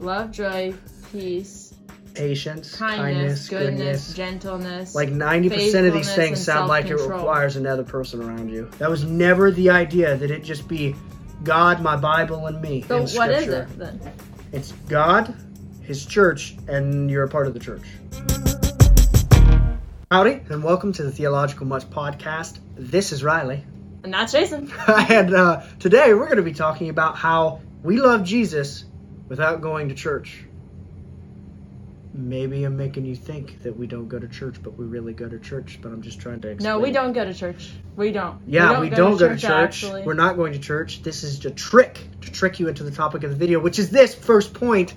love, joy, peace, Patience, kindness, kindness, goodness, goodness. gentleness. Like 90% of these faithfulness things and sound like it self-control. requires another person around you. That was never the idea that it just be God, my Bible, and me. so in what is Scripture. it then? It's God, His church, and you're a part of the church. Howdy, and welcome to the Theological Much podcast. This is Riley. And that's Jason. and uh, today we're going to be talking about how we love Jesus without going to church. Maybe I'm making you think that we don't go to church, but we really go to church, but I'm just trying to explain. No, we it. don't go to church. We don't. Yeah, we don't, go to church. actually. We're not going to church. This is a trick to trick you into the topic of the video, which is this first point.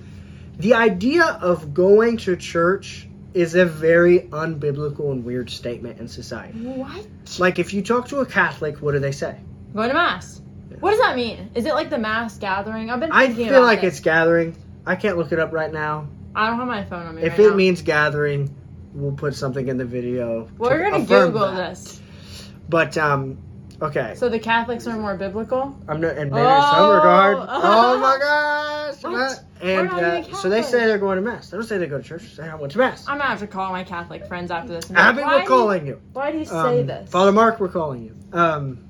The idea of going to church is a very unbiblical and weird statement in society. What? Like, if you talk to a Catholic, what do they say? Going to mass. What does that mean? Is it like the mass gathering? I've been. I thinking feel about like this. it's gathering. I can't look it up right now. I don't have my phone on me. If right it now. means gathering, we'll put something in the video. to We're gonna affirm Google that. this. But um, okay. So the Catholics are more biblical. I'm not, and maybe in some Oh. regard. Oh my gosh! What? what? We're And not even uh, so they say Catholic. they're going to mass. They don't say they go to church. They say I went to mass. I'm gonna have to call my Catholic friends after this. and be like, Abby, why we're do you- calling you. Why do you say Um, this? Father Mark, we're calling you. Um,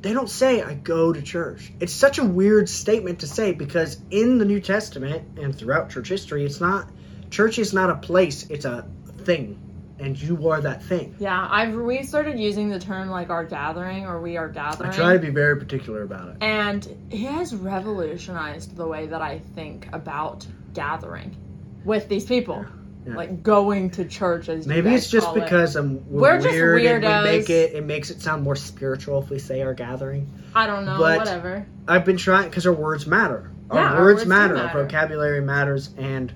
they don't say I go to church. It's such a weird statement to say because in the New Testament and throughout church history, it's not church is not a place. It's a thing, and you are that thing. Yeah, I've we started using the term like our gathering or we are gathering. I try to be very particular about it. And it has revolutionized the way that I think about gathering with these people, Yeah. like going to church. As you Maybe guys it's just call it. because I'm We're we're, just weird and weirdos. we make it it makes it sound more spiritual if we say our gathering. I don't know, but- whatever. I've been trying because our words matter. Our Yeah, our words words do matter. matter. Our vocabulary matters, and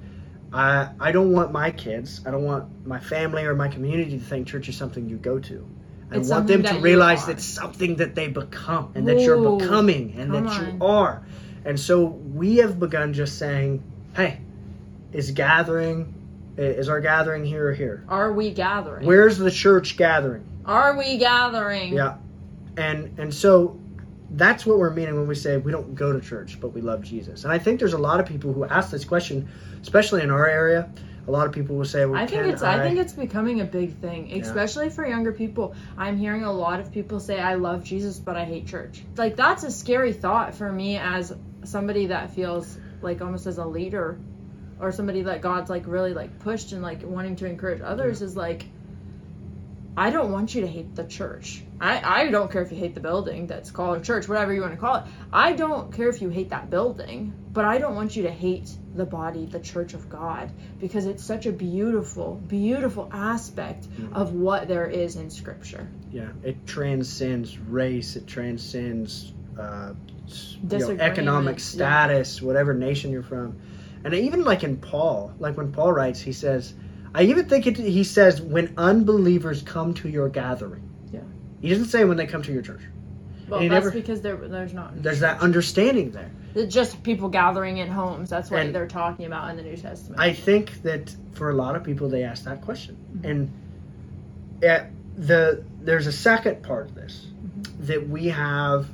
I I don't want my kids, I don't want my family or my community to think church is something you go to. I It's want something them that to you realize are. that something that they become and that you're Ooh, becoming and that come on. you are. And so we have begun just saying, "Hey, is gathering is our gathering here or here? Are we gathering? Where's the church gathering?" Are we gathering? Yeah. And and so that's what we're meaning when we say we don't go to church, but we love Jesus. And I think there's a lot of people who ask this question, especially in our area. A lot of people will say, well, I think can it's I... think it's becoming a big thing, especially for younger people. I'm hearing a lot of people say I love Jesus but I hate church. Like that's a scary thought for me as somebody that feels like almost as a leader or somebody that God's like really like pushed and like wanting to encourage others is like I don't want you to hate the church. I, I don't care if you hate the building that's called a church, whatever you want to call it. I don't care if you hate that building, but I don't want you to hate the body, the church of God, because it's such a beautiful, beautiful aspect Mm-hmm. of what there is in scripture. yeah, it transcends race, it transcends uh, s- you know, Disagreement, economic yeah. status, whatever nation you're from. And even like in Paul, like when Paul writes, he says, I even think it, he says, when unbelievers come to your gathering. Yeah. He doesn't say when they come to your church. Well, And you that's never- because there, there's not. There's that understanding there. It's just people gathering in homes. That's what And- they're talking about in the New Testament. I think that for a lot of people, they ask that question, Mm-hmm. and yeah, the there's a second part of this Mm-hmm. that we have.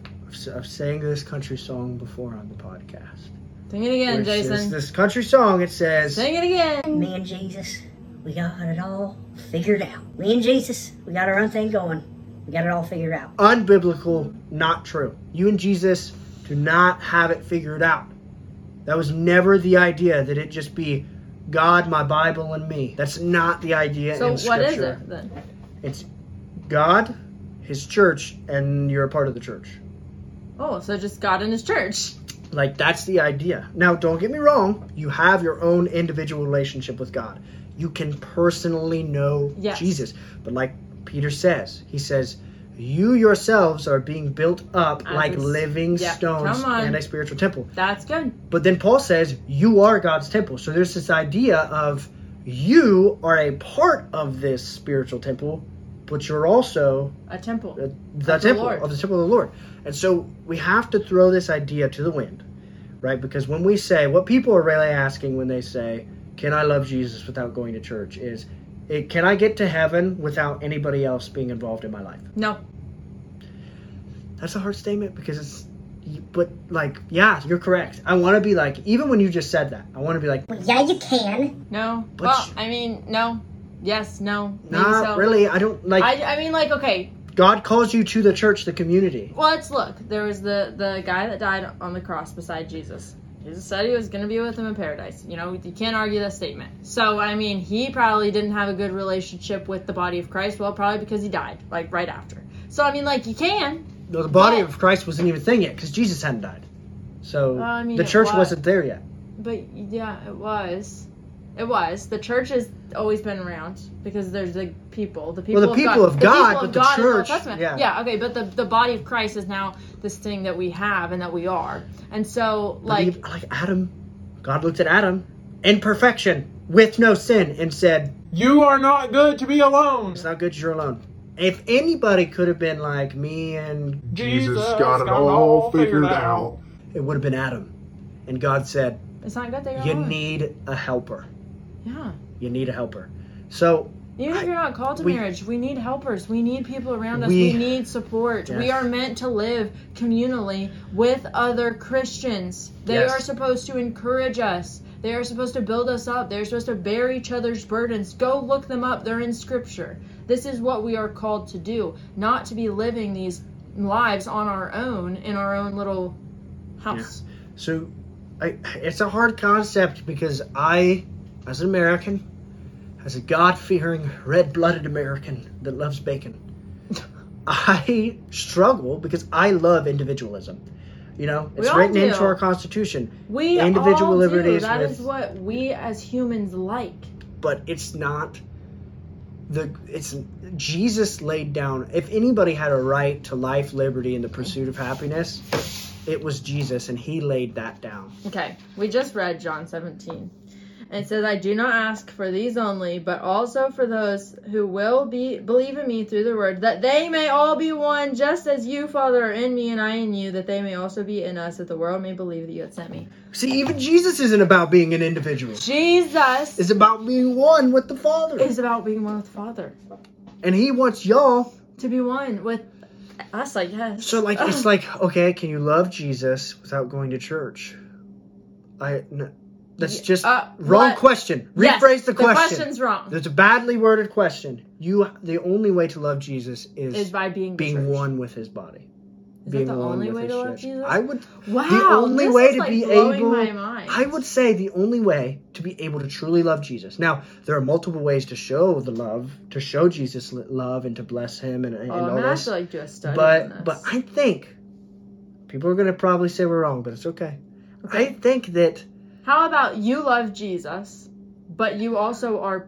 I've sang this country song before on the podcast. Sing it again, which is Jason. this country song. It says, Sing it again. Me and Jesus, we got it all figured out. Me and Jesus, we got our own thing going. We got it all figured out. unbiblical, not true. You and Jesus do not have it figured out. That was never the idea that it just be God, my Bible, and me. That's not the idea. So in what is Scripture. it then? It's God, His church, and you're a part of the church. Oh, so just God in His church. Like, that's the idea. Now, don't get me wrong, you have your own individual relationship with God. You can personally know Yes. Jesus. But, like Peter says, he says, You yourselves are being built up As like is- living yeah, stones come on. and a spiritual temple. That's good. But then Paul says, You are God's temple. So there's this idea of you are a part of this spiritual temple, but you're also A temple. the the Of the temple Lord. of the temple of the Lord. And so we have to throw this idea to the wind, right? Because when we say what people are really asking when they say, "Can I love Jesus without going to church?" is, it, "Can I get to heaven without anybody else being involved in my life?" No, That's a hard statement because it's but like, yeah, you're correct. I want to be like, even when you just said that, I want to be like, Well, yeah, you can. No. But well, sh- I mean, no. Yes, no. Maybe nah, so. really, I don't like. I, I mean, like, okay. God calls you to the church, the community. Well, let's look. There was the the guy that died on the cross beside Jesus. Jesus said he was going to be with him in paradise. You know, you can't argue that statement. So, I mean, he probably didn't have a good relationship with the body of Christ. Well, probably because he died, like, right after. So, I mean, like, you can. The body Yeah. of Christ wasn't even a thing yet because Jesus hadn't died, so Well, I mean, the it church was- wasn't there yet. But, yeah, it was. It was. The church has always been around because there's the people. The people, Well, the people of God, people but the in Old church, Testament. yeah. yeah, okay, but the, the body of Christ is now this thing that we have and that we are. And so, But like, even- like Adam, God looked at Adam in perfection with no sin and said, You are not good to be alone. "It's not good you're alone." If anybody could have been like me and Jesus, Jesus got it all figured out. it would have been Adam, and God said, it's not good that you're "You alone. need a helper. Yeah. You need a helper." So Even if I- you're not called to we- marriage, we need helpers. We need people around us. We, We- need support. We Yes. are meant to live communally with other Christians. They Yes. are supposed to encourage us. They are supposed to build us up. They're supposed to bear each other's burdens. Go look them up. They're in scripture. This is what we are called to do, not to be living these lives on our own in our own little house. So, I, it's a hard concept because I, as an American, as a God fearing, red blooded American that loves bacon, I struggle because I love individualism. You know, We it's all written into do. our Constitution, We Individual all do. liberties That with- is what we as humans like. but it's not the it's Jesus laid down. If anybody had a right to life, liberty, and the pursuit of happiness, it was Jesus, and He laid that down. Okay, we just read John 17. And it says, I do not ask for these only, but also for those who will be believe in me through the word, that they may all be one, just as you, Father, are in me and I in you, that they may also be in us, that the world may believe that you have sent me. See, even Jesus isn't about being an individual. Jesus It's about being one with the Father. is about being one with the Father. and he wants y'all. To be one with us, I guess. So like it's like okay, can you love Jesus without going to church? I no, that's just Uh, wrong what- question. Yes, Rephrase the The question. question's wrong. That's a badly worded question. You the only way to love Jesus is, is by being the being church. one with his body. Is being that the one only with way his to love church. Jesus? I would wow, only this way is, to like, be blowing able- My mind. I would say the only way to be able to truly love Jesus. Now, there are multiple ways to show the love, to show Jesus l- love and to bless him and, and oh, all I'm gonna have this. to like do a study on this. but but I think people are gonna probably say we're wrong, but it's okay. I think that How about you love Jesus, but you also are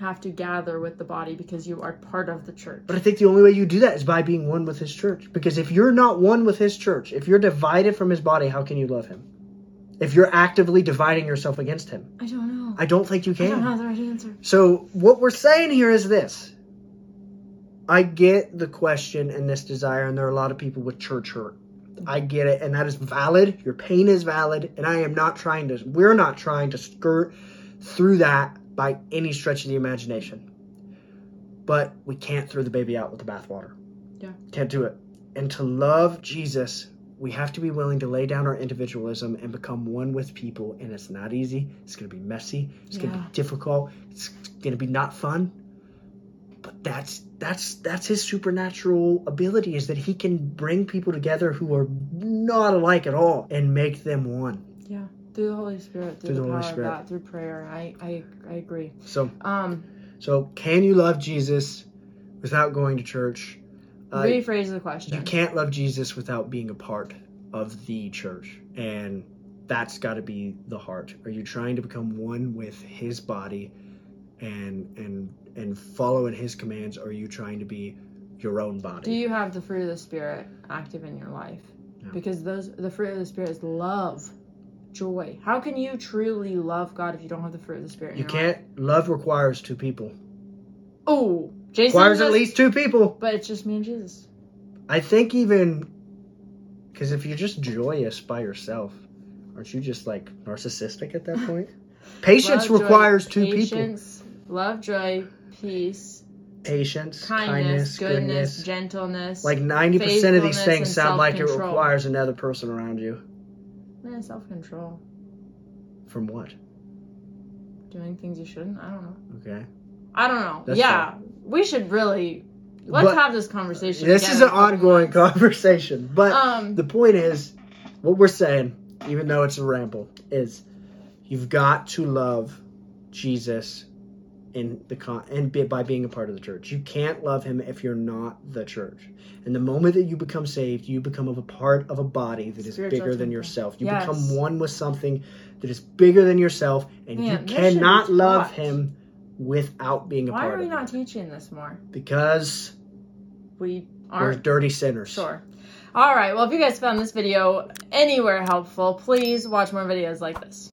have to gather with the body because you are part of the church. but I think the only way you do that is by being one with his church. Because if you're not one with his church, if you're divided from his body, how can you love him? If you're actively dividing yourself against him. I don't know. I don't think you I don't can. have the right answer. So what we're saying here is this. I get the question and this desire, and there are a lot of people with church hurt. I get it, and that is valid. Your pain is valid, and I am not trying to. We're not trying to skirt through that by any stretch of the imagination. But we can't throw the baby out with the bathwater. Yeah. Can't do it. And to love Jesus, we have to be willing to lay down our individualism and become one with people. And it's not easy. It's going to be messy. It's going to Yeah. be difficult. It's going to be not fun. But that's that's that's his supernatural ability is that he can bring people together who are not alike at all and make them one. Yeah, through the Holy Spirit, through, Through the, the Holy power Spirit. of that, through prayer. I I I agree. So Um, so can you love Jesus without going to church? Uh, rephrase the question. you can't love Jesus without being a part of the church. And that's got to be the heart. Are you trying to become one with his body and and and follow in his commands or are you trying to be your own Do body? you have the fruit of the Spirit active in your life? No. Because those the fruit of the Spirit is love, joy. How can you truly love God if you don't have the fruit of the Spirit? in You your Life? can't love requires two people. Oh, Jason. Requires at does- least two people. But it's just me and Jesus. I think even cuz if you're just joyous by yourself, aren't you just like narcissistic at that point? Patience Love, joy, requires two people. patience, Love, joy, peace, patience, kindness, goodness, goodness. gentleness. Like ninety percent of these faithfulness things and sound like it self-control. requires another person around you. man, self control. From what? Doing things you shouldn't. I don't know. Okay. I don't know. That's yeah, we should really let's But- have this conversation. This again is in an a couple ongoing months. conversation, but Um, the point is, what we're saying, even though it's a ramble, is you've got to love Jesus in the con and be, by being a part of the church. You can't love him if you're not the church. And the moment that you become saved, you become of a part of a body that is Spiritual bigger than temple. yourself. You Yes. become one with something that is bigger than yourself, Man, and this you should be cannot love taught. him without being a why part are we of not it. teaching this more? Because We we're aren't dirty sinners. sure. All right. Well, if you guys found this video anywhere helpful, please watch more videos like this.